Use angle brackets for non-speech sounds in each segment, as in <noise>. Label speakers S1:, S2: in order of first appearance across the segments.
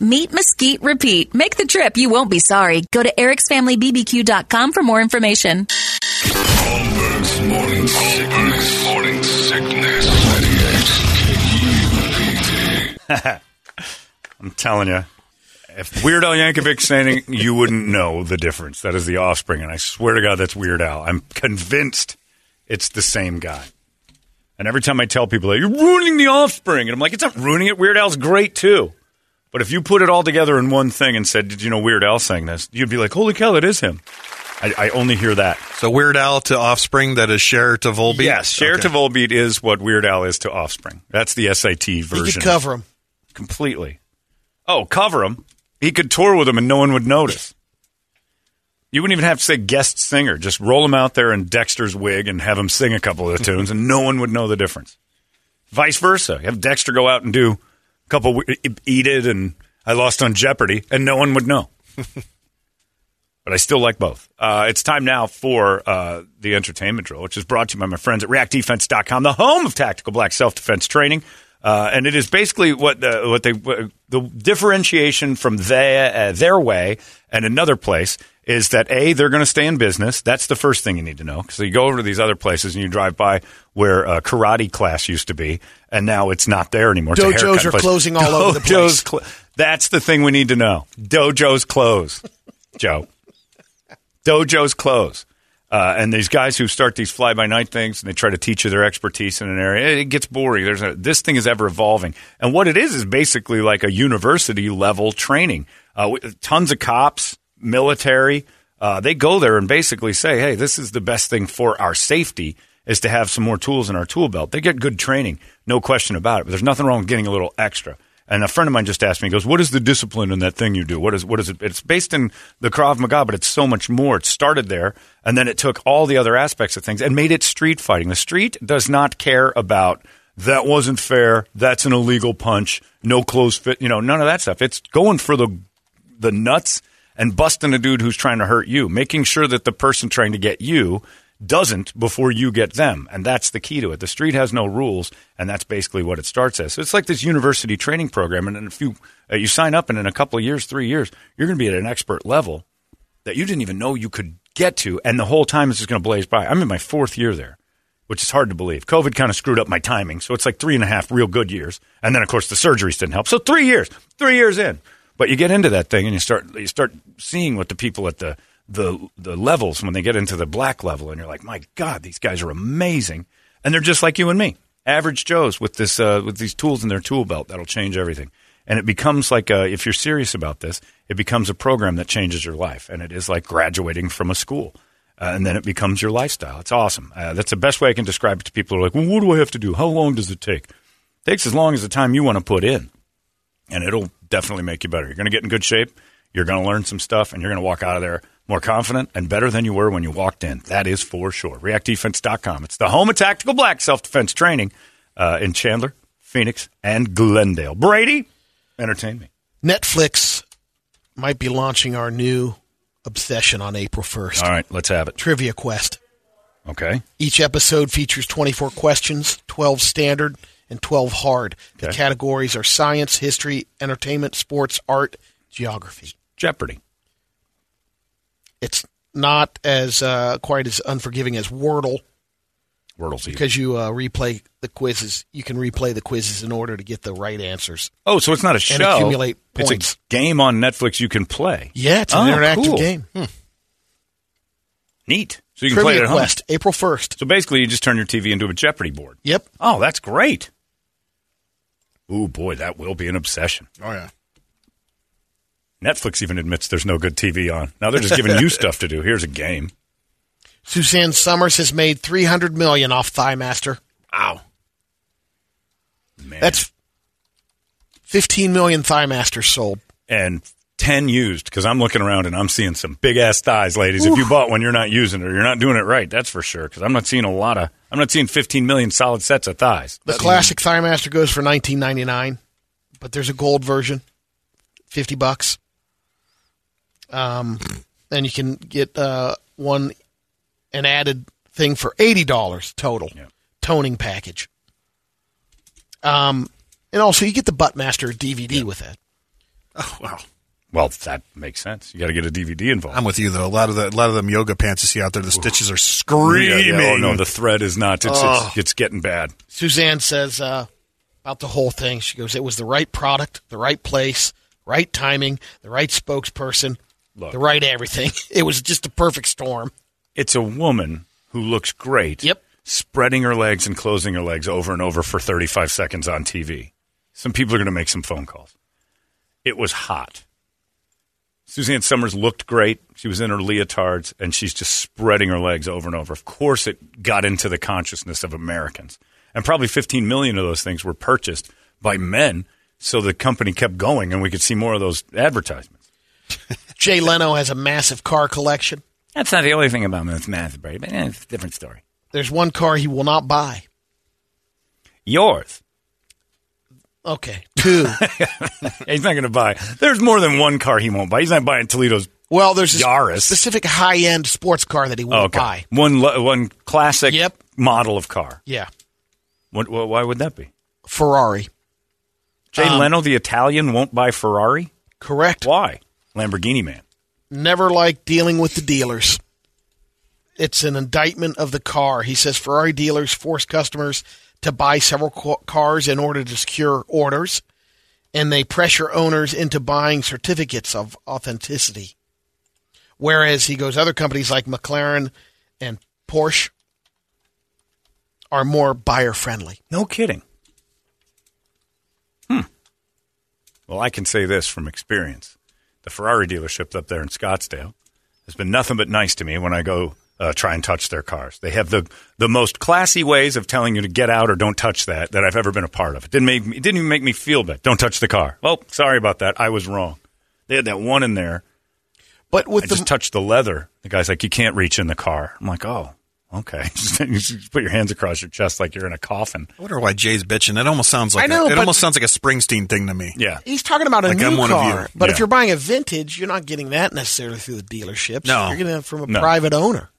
S1: Meet, mesquite, repeat. Make the trip, you won't be sorry. Go to ericsfamilybbq.com for more information.
S2: Holmberg's morning sickness. Morning sickness. 98 KUPD.
S3: I'm telling you, if Weirdo Yankovic sang, you wouldn't know the difference. That is the offspring, and I swear to God, that's Weird Al. I'm convinced it's the same guy. And every time I tell people that you're ruining the offspring, and I'm like, it's not ruining it. Weird Al's great too. But if you put it all together in one thing and said, "Did you know Weird Al sang this?" You'd be like, "Holy cow, that is him." I, I only hear that.
S4: So Weird Al to Offspring, that is Cher to Volbeat.
S3: Yes, Cher
S4: Okay.
S3: to Volbeat is what Weird Al is to Offspring. That's the SAT
S5: You
S3: version.
S5: could cover them.
S3: completely. Oh, cover him. He could tour with him and no one would notice. You wouldn't even have to say guest singer. Just roll him out there in Dexter's wig and have him sing a couple of the tunes, and no one would know the difference. Vice versa. Have Dexter go out and do a couple, eat it, and I lost on Jeopardy, and no one would know. but I still like both. Uh, it's time now for uh, the entertainment drill, which is brought to you by my friends at reactdefense.com, the home of tactical black self defense training. Uh, and it is basically what the, what they what, the differentiation from their uh, their way and another place is that a they're going to stay in business. That's the first thing you need to know. So you go over to these other places and you drive by where uh, karate class used to be, and now it's not there anymore. It's a
S5: Dojos
S3: haircut
S5: are
S3: place.
S5: closing all over the place.
S3: Dojos cl- that's the thing we need to know. Dojos close, <laughs> Joe. Dojos close. Uh, and these guys who start these fly by night things and they try to teach you their expertise in an area, it gets boring. There's a, this thing is ever evolving, and what it is is basically like a university level training. Uh, with tons of cops, military, uh, they go there and basically say, "Hey, this is the best thing for our safety." Is to have some more tools in our tool belt. They get good training, no question about it. But there's nothing wrong with getting a little extra. And a friend of mine just asked me, he goes, "What is the discipline in that thing you do? What is what is it? It's based in the Krav Maga, but it's so much more. It started there, and then it took all the other aspects of things and made it street fighting. The street does not care about that wasn't fair. That's an illegal punch. No close fit. You know, none of that stuff. It's going for the the nuts and busting a dude who's trying to hurt you, making sure that the person trying to get you doesn't before you get them. And that's the key to it. The street has no rules, and that's basically what it starts as. So it's like this university training program, and if you uh, you sign up, and in a couple of years, three years, you're going to be at an expert level that you didn't even know you could get to, and the whole time it's just going to blaze by. I'm in my fourth year there, which is hard to believe. COVID kind of screwed up my timing, so it's like three and a half real good years, and then of course the surgeries didn't help. So three years, three years in, but you get into that thing and you start you start seeing what the people at the the the levels when they get into the black level, and you're like, my God, these guys are amazing, and they're just like you and me, average Joes with this uh, with these tools in their tool belt that'll change everything and it becomes like a, if you're serious about this, it becomes a program that changes your life, and it is like graduating from a school, uh, and then it becomes your lifestyle. It's awesome. Uh, that's the best way I can describe it to people. Who are like, well, what do I have to do? How long does it take? takes as long as the time you want to put in, and it'll definitely make you better. You're going to get in good shape. You're going to learn some stuff, and you're going to walk out of there more confident and better than you were when you walked in. That is for sure. ReactDefense.com. It's the home of tactical black self defense training uh, in Chandler, Phoenix, and Glendale. Brady, entertain me.
S5: Netflix might be launching our new obsession on April 1st
S3: All right, let's have it.
S5: Trivia Quest.
S3: Okay.
S5: Each episode features 24 questions, 12 standard, and 12 hard. The
S3: Okay.
S5: categories are science, history, entertainment, sports, art, geography.
S3: Jeopardy.
S5: It's not as uh, quite as unforgiving as Wordle
S3: Wordle's evil.
S5: because you uh, replay the quizzes. You can replay the quizzes in order to get the right answers.
S3: Oh, so it's not a show.
S5: accumulate
S3: It's
S5: points.
S3: a game on Netflix you can play.
S5: Yeah, it's an
S3: Oh,
S5: interactive
S3: cool.
S5: game.
S3: Neat. So you can play it
S5: Trivia
S3: at home.
S5: Quest, April 1st.
S3: So basically, you just turn your TV into a Jeopardy board.
S5: Yep.
S3: Oh, that's great. Ooh, boy, that will be an obsession.
S6: Oh yeah.
S3: Netflix even admits there's no good TV on. Now they're just
S5: <laughs>
S3: giving you stuff to do. Here's a game.
S5: Suzanne Summers has made 300 million off Thighmaster. Wow.
S3: Man.
S5: That's 15 million Thighmasters sold.
S3: and 10 used because I'm looking around and I'm seeing some big ass thighs, ladies. If you bought one, you're not using it or you're not doing it right. That's for sure because I'm not seeing a lot of, I'm not seeing 15 million solid sets of thighs.
S5: The classic Thighmaster goes for 19.99, but there's a gold version, 50 bucks. Um, and you can get uh, one an added thing for $80 total toning package. Um, and also you get the Buttmaster DVD with that.
S4: Oh, wow.
S3: Well, that makes sense. You got to get a DVD involved.
S4: I'm with you though. A lot of the a lot of them yoga pants you see out there, the stitches are
S3: Yeah,
S4: screaming.
S3: yeah, oh, no, the thread is not. It's, it's, it's getting bad.
S5: Suzanne says uh, about the whole thing. She goes, "It was the right product, the right place, right timing, the right spokesperson,
S3: Look.
S5: the right everything. <laughs> It was just the perfect storm."
S3: It's a woman who looks great.
S5: Yep.
S3: Spreading her legs and closing her legs over and over for 35 seconds on TV. Some people are going to make some phone calls. It was hot. Suzanne Summers looked great. She was in her leotards and she's just spreading her legs over and over. Of course, it got into the consciousness of Americans. And probably 15 million of those things were purchased by men. So the company kept going and we could see more of those advertisements.
S5: Jay Leno has a massive car collection.
S3: That's not the only thing about Miss Mathbury, but eh, it's a different story.
S5: There's one car he will not buy.
S3: Yours.
S5: Okay, two.
S3: He's not going to buy. There's more than one car he won't buy. He's not buying Toledo's.
S5: well, there's a
S3: Yaris.
S5: specific high-end sports car that he won't buy.
S3: oh, One lo- one classic
S5: Yep.
S3: model of car.
S5: Yeah,
S3: What, wh why would that be?
S5: Ferrari.
S3: Jay
S5: Um,
S3: Leno, the Italian, won't buy Ferrari.
S5: Correct.
S3: Why? Lamborghini man.
S5: never liked dealing with the dealers. It's an indictment of the car. He says Ferrari dealers force customers to buy several ca- cars in order to secure orders, and they pressure owners into buying certificates of authenticity. Whereas he goes, other companies like McLaren and Porsche are more buyer friendly.
S3: No kidding. Hmm. Well, I can say this from experience. The Ferrari dealership up there in Scottsdale has been nothing but nice to me when I go uh, try and touch their cars. They have the, the most classy ways of telling you to get out or don't touch that that I've ever been a part of. It didn't, make me, it didn't even make me feel bad. Don't touch the car. Well, sorry about that. I was wrong. They had that one in there.
S5: But with
S3: I
S5: the
S3: just touched the leather. The guy's like, you can't reach in the car. I'm like, oh, okay. <laughs> you just put your hands across your chest like you're in a coffin.
S4: I wonder why Jay's bitching. It almost sounds like
S5: I know,
S4: a, it
S5: but-
S4: almost sounds like a Springsteen thing to me. <laughs>
S3: Yeah.
S5: he's talking about a
S4: Like,
S5: new
S4: I'm one of you.
S5: car. But
S3: Yeah.
S5: if you're buying a vintage, you're not getting that necessarily through the dealerships.
S4: No.
S5: You're getting that from a
S3: No.
S5: private owner.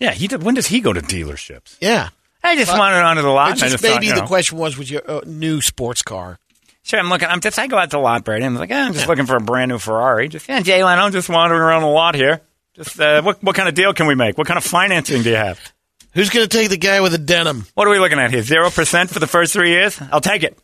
S3: Yeah, he did, when does he go to dealerships?
S5: Yeah.
S3: I just
S5: But-
S3: wanted onto the lot.
S5: It's
S3: and I
S5: just
S3: just thought,
S5: maybe
S3: you
S5: the
S3: know,
S5: question was with your uh, new sports car.
S3: Sure, I'm looking. I'm just. I go out to the lot, Brady. I'm like, eh, I'm just looking for a brand new Ferrari. Just yeah, Jay Leno, just wandering around the lot here. Just uh, what what kind of deal can we make? What kind of financing do you have?
S5: Who's going to take the guy with the denim?
S3: What are we looking at here? Zero percent for the first three years? I'll take it.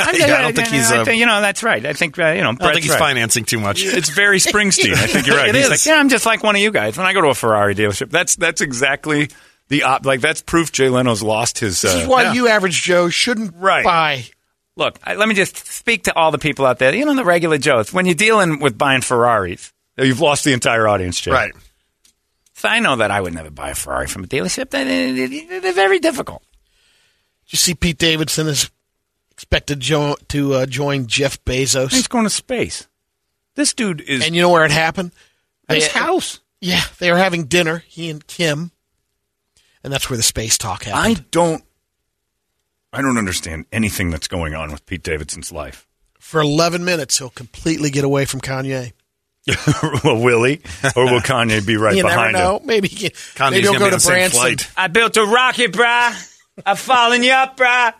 S4: I don't think he's.
S3: I
S4: Uh,
S3: think, you know, that's right. I think uh, you know.
S4: I don't think he's
S3: right.
S4: financing too much.
S5: <laughs>
S3: It's very Springsteen. I think you're right.
S4: It
S3: He's
S4: is.
S3: like, yeah, I'm just like one of you guys. When I go to a Ferrari dealership, that's that's exactly the op. Like that's proof Jay Leno's lost his.
S5: This
S3: uh,
S5: is why
S3: yeah.
S5: you average Joe shouldn't
S3: Right.
S5: buy.
S3: Look, I, let me just speak to all the people out there. You know, the regular Joes. When you're dealing with buying Ferraris, you've lost the entire audience, Jay.
S4: Right.
S3: So I know that I would never buy a Ferrari from a dealership. They- they- they- They're very difficult.
S5: Did you see Pete Davidson is expected jo- to uh, join Jeff
S3: He's
S5: Bezos?
S3: going to space. This dude is
S5: And you know where it happened?
S3: at his
S5: They-
S3: house.
S5: Yeah, they were having dinner, he and Kim. And that's where the space talk happened.
S3: don't. I don't understand anything that's going on with Pete Davidson's life. <laughs>
S5: For 11 minutes, he'll completely get away from Kanye.
S3: well, will he, or will Kanye be <laughs> right
S5: you never
S3: behind him?
S5: know. Maybe, he-
S4: Kanye's
S5: maybe he'll
S4: gonna
S5: go
S4: be on
S5: to
S4: the same
S5: Branson.
S4: flight.
S3: I built a rocket, brah. I'm following you up, brah.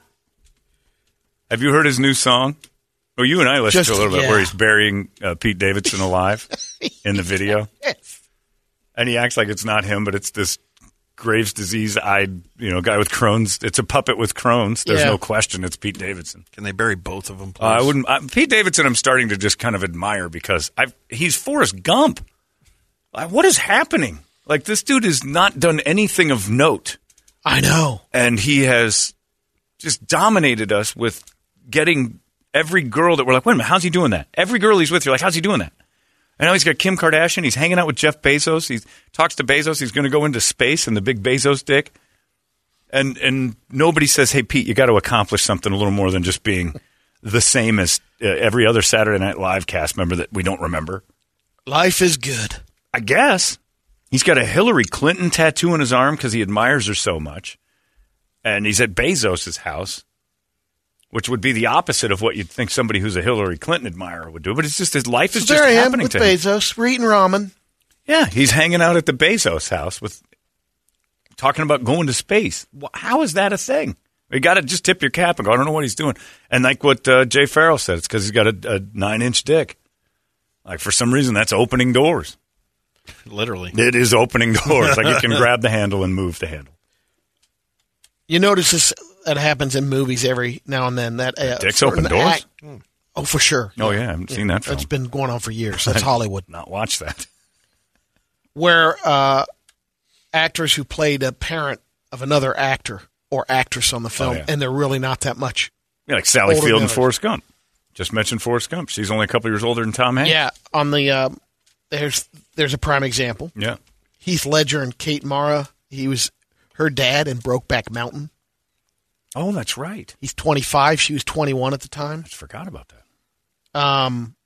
S3: Have you heard his new song? Well, you and I listened
S5: Just-
S3: to a little bit where
S5: yeah.
S3: he's burying uh, Pete Davidson <laughs> alive in the video, and he acts like it's not him, but it's this Graves' disease-eyed, you know, guy with Crohn's. It's a puppet with Crohn's. There's
S5: Yeah.
S3: no question. It's Pete Davidson.
S4: Can they bury both of them?
S3: Uh, I wouldn't. I, Pete Davidson, I'm starting to just kind of admire because I've he's Forrest Gump. Uh, what is happening? Like this dude has not done anything of note
S5: I know.
S3: and he has just dominated us with getting Every girl that we're like, wait a minute, how's he doing that? Every girl he's with, you're like, how's he doing that? And now he's got Kim Kardashian. He's hanging out with Jeff Bezos. He talks to Bezos. He's going to go into space and the big Bezos dick. And and nobody says, hey Pete, you got to accomplish something a little more than just being the same as uh, every other Saturday Night Live cast member that we don't remember.
S5: Life is good.
S3: I guess. He's got a Hillary Clinton tattoo on his arm because he admires her so much. And he's at Bezos' house, which would be the opposite of what you'd think somebody who's a Hillary Clinton admirer would do. But it's just his life is
S5: so
S3: just
S5: there I am
S3: happening
S5: with
S3: to him.
S5: Bezos. We're eating ramen.
S3: Yeah, he's hanging out at the Bezos house with talking about going to space. Wh- How is that a thing? You got to just tip your cap and go, I don't know what he's doing. And like what uh, Jay Farrell said, it's because he's got a, a nine inch dick. Like for some reason, that's opening doors.
S4: Literally.
S3: It is opening doors. Like you can
S5: <laughs>
S3: grab the handle and move the handle.
S5: You notice this that happens in movies every now and then. That uh,
S3: Dicks
S5: certain
S3: open doors? Hmm.
S5: act- oh, for sure.
S3: Oh yeah, I haven't seen that film.
S5: That's been going on for
S3: <laughs>
S5: years. That's Hollywood.
S3: Not watch that.
S5: where uh, actors who played a parent of another actor or actress on the film,
S3: Oh, yeah.
S5: and they're really not that much.
S3: Yeah, like Sally
S5: Older
S3: Field and
S5: guys.
S3: Forrest Gump. Just mentioned Forrest Gump. She's only a couple years older than Tom Hanks.
S5: Yeah, on the um, there's there's a prime example.
S3: Yeah.
S5: Heath Ledger and Kate Mara. He was her dad in Brokeback Mountain.
S3: Oh, that's right.
S5: He's 25. She was 21 at the time.
S3: I forgot about that.
S5: Um,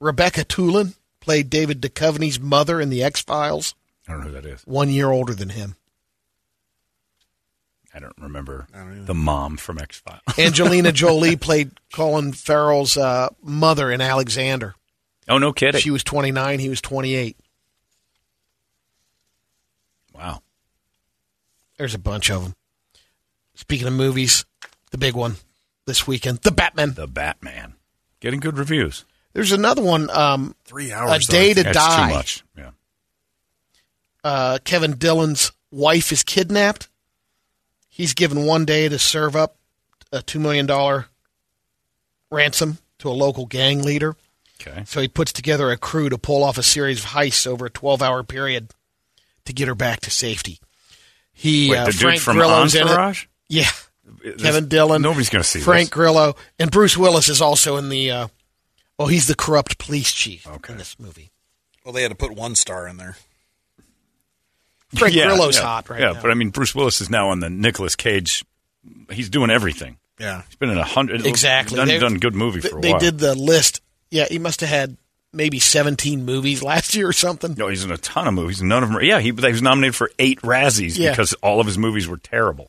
S5: Rebecca Tulin played David Duchovny's mother in The X Files.
S3: I don't know who that is.
S5: One year older than him.
S3: I don't remember the mom from X Files. <laughs>
S5: Angelina Jolie played Colin Farrell's uh, mother in Alexander.
S3: oh no, kidding!
S5: She was 29. He was 28.
S3: wow.
S5: There's a bunch of them. Speaking of movies, the big one this weekend, The Batman.
S3: The Batman getting good reviews.
S5: There's another one, um,
S4: Three
S5: A
S4: hours.
S5: Day to
S3: Oh, That's too
S5: Die.
S3: much. Yeah.
S5: Uh, Kevin Dillon's wife is kidnapped. He's given one day to serve up a $2 million ransom to a local gang leader.
S3: Okay.
S5: So he puts together a crew to pull off a series of heists over a 12 hour period to get her back to safety. He,
S3: Wait,
S5: uh,
S3: the dude
S5: Frank
S3: from
S5: Grillo's in it.
S3: Entourage.
S5: Yeah.
S3: There's-
S5: Kevin Dillon.
S3: Nobody's going to see
S5: Frank
S3: This.
S5: Grillo and Bruce Willis is also in the. Uh, well, he's the corrupt police chief
S3: Okay.
S5: in this movie.
S4: Well, they had to put one star in there.
S5: Frank
S3: Yeah,
S5: Grillo's
S3: yeah,
S5: hot right
S3: Yeah,
S5: now.
S3: but I mean, Bruce Willis is now on the Nicolas Cage. He's doing everything.
S4: Yeah.
S3: He's been in a hundred.
S5: exactly.
S3: Done,
S5: They-
S3: done good movie
S5: th-
S3: for a
S5: they
S3: while.
S5: did the list. Yeah, he must have had maybe seventeen movies <laughs> last year or something.
S3: No, he's in a ton of movies. None of them. Are, yeah, he, he was nominated for eight Razzies
S5: Yeah.
S3: because all of his movies were terrible.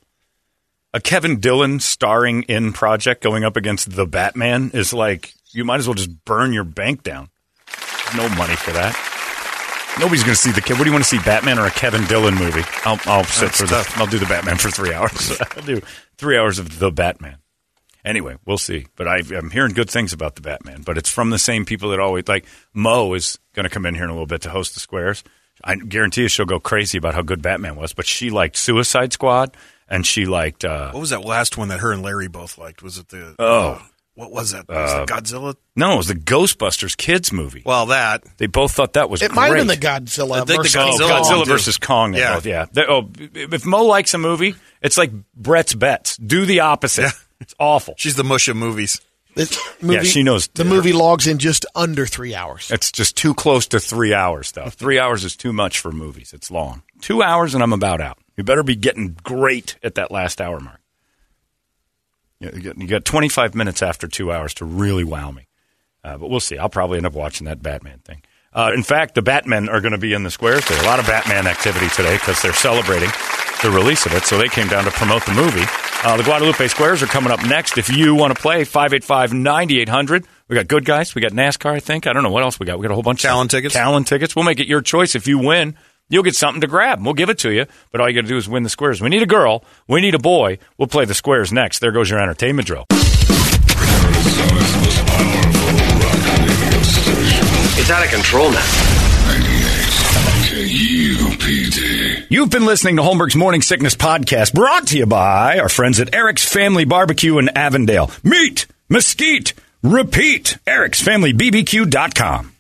S3: A Kevin Dillon starring in project going up against the Batman is like you might as well just burn your bank down. No money for that. Nobody's going to see the kid. What do you want to see, Batman or a Kevin Dillon movie? I'll, I'll sit
S4: That's
S3: for
S4: tough.
S3: the. I'll do the Batman for three <laughs> hours. I'll do three hours of the Batman. Anyway, we'll see. But I, I'm hearing good things about the Batman. But it's from the same people that always like Mo is going to come in here in a little bit to host the squares. I guarantee you she'll go crazy about how good Batman was. But she liked Suicide Squad and she liked uh,
S4: What was that last one that her and Larry both liked? Was it the.
S3: Oh. Uh,
S4: What was that? Was it Godzilla?
S3: no, it was the Ghostbusters kids movie.
S4: Well, that.
S3: They both thought that was
S5: It might have been the
S3: great.
S5: Godzilla.
S4: I think the
S5: versus
S3: Oh,
S4: Godzilla
S3: Godzilla,
S4: one, too.
S3: versus Kong. Yeah.
S4: Yeah.
S3: Both, yeah. They- oh, if Mo likes a movie, it's like Brett's bets. Do the opposite.
S4: Yeah.
S3: <laughs> It's awful.
S4: She's the mush of movies.
S5: This movie,
S3: she knows.
S5: The movie logs in just under three hours.
S3: It's just too close to three hours, though. three hours is too much for movies. It's long. Two hours, and I'm about out. You better be getting great at that last hour mark. You- You got, you got 25 minutes after two hours to really wow me. Uh, but we'll see. I'll probably end up watching that Batman thing. Uh, in fact, the Batmen are going to be in the squares. There's a lot of Batman activity today because they're celebrating the release of it. So they came down to promote the movie. Uh, the Guadalupe Squares are coming up next. If you want to play, 585 9800. We got good guys. We got NASCAR, I think. I don't know what else we got. We got a whole bunch
S4: Talon
S3: of stuff.
S4: tickets?
S3: Talon tickets. We'll make it your choice. If you win, you'll get something to grab. and We'll give it to you. But all you got to do is win the squares. We need a girl. We need a boy. We'll play the squares next. There goes your entertainment drill.
S6: It's out of control now.
S2: KUPD.
S3: You've been listening to Holmberg's Morning Sickness Podcast, brought to you by our friends at Eric's Family Barbecue in Avondale. Meet, mesquite, repeat. Eric'sFamilyBBQ.com.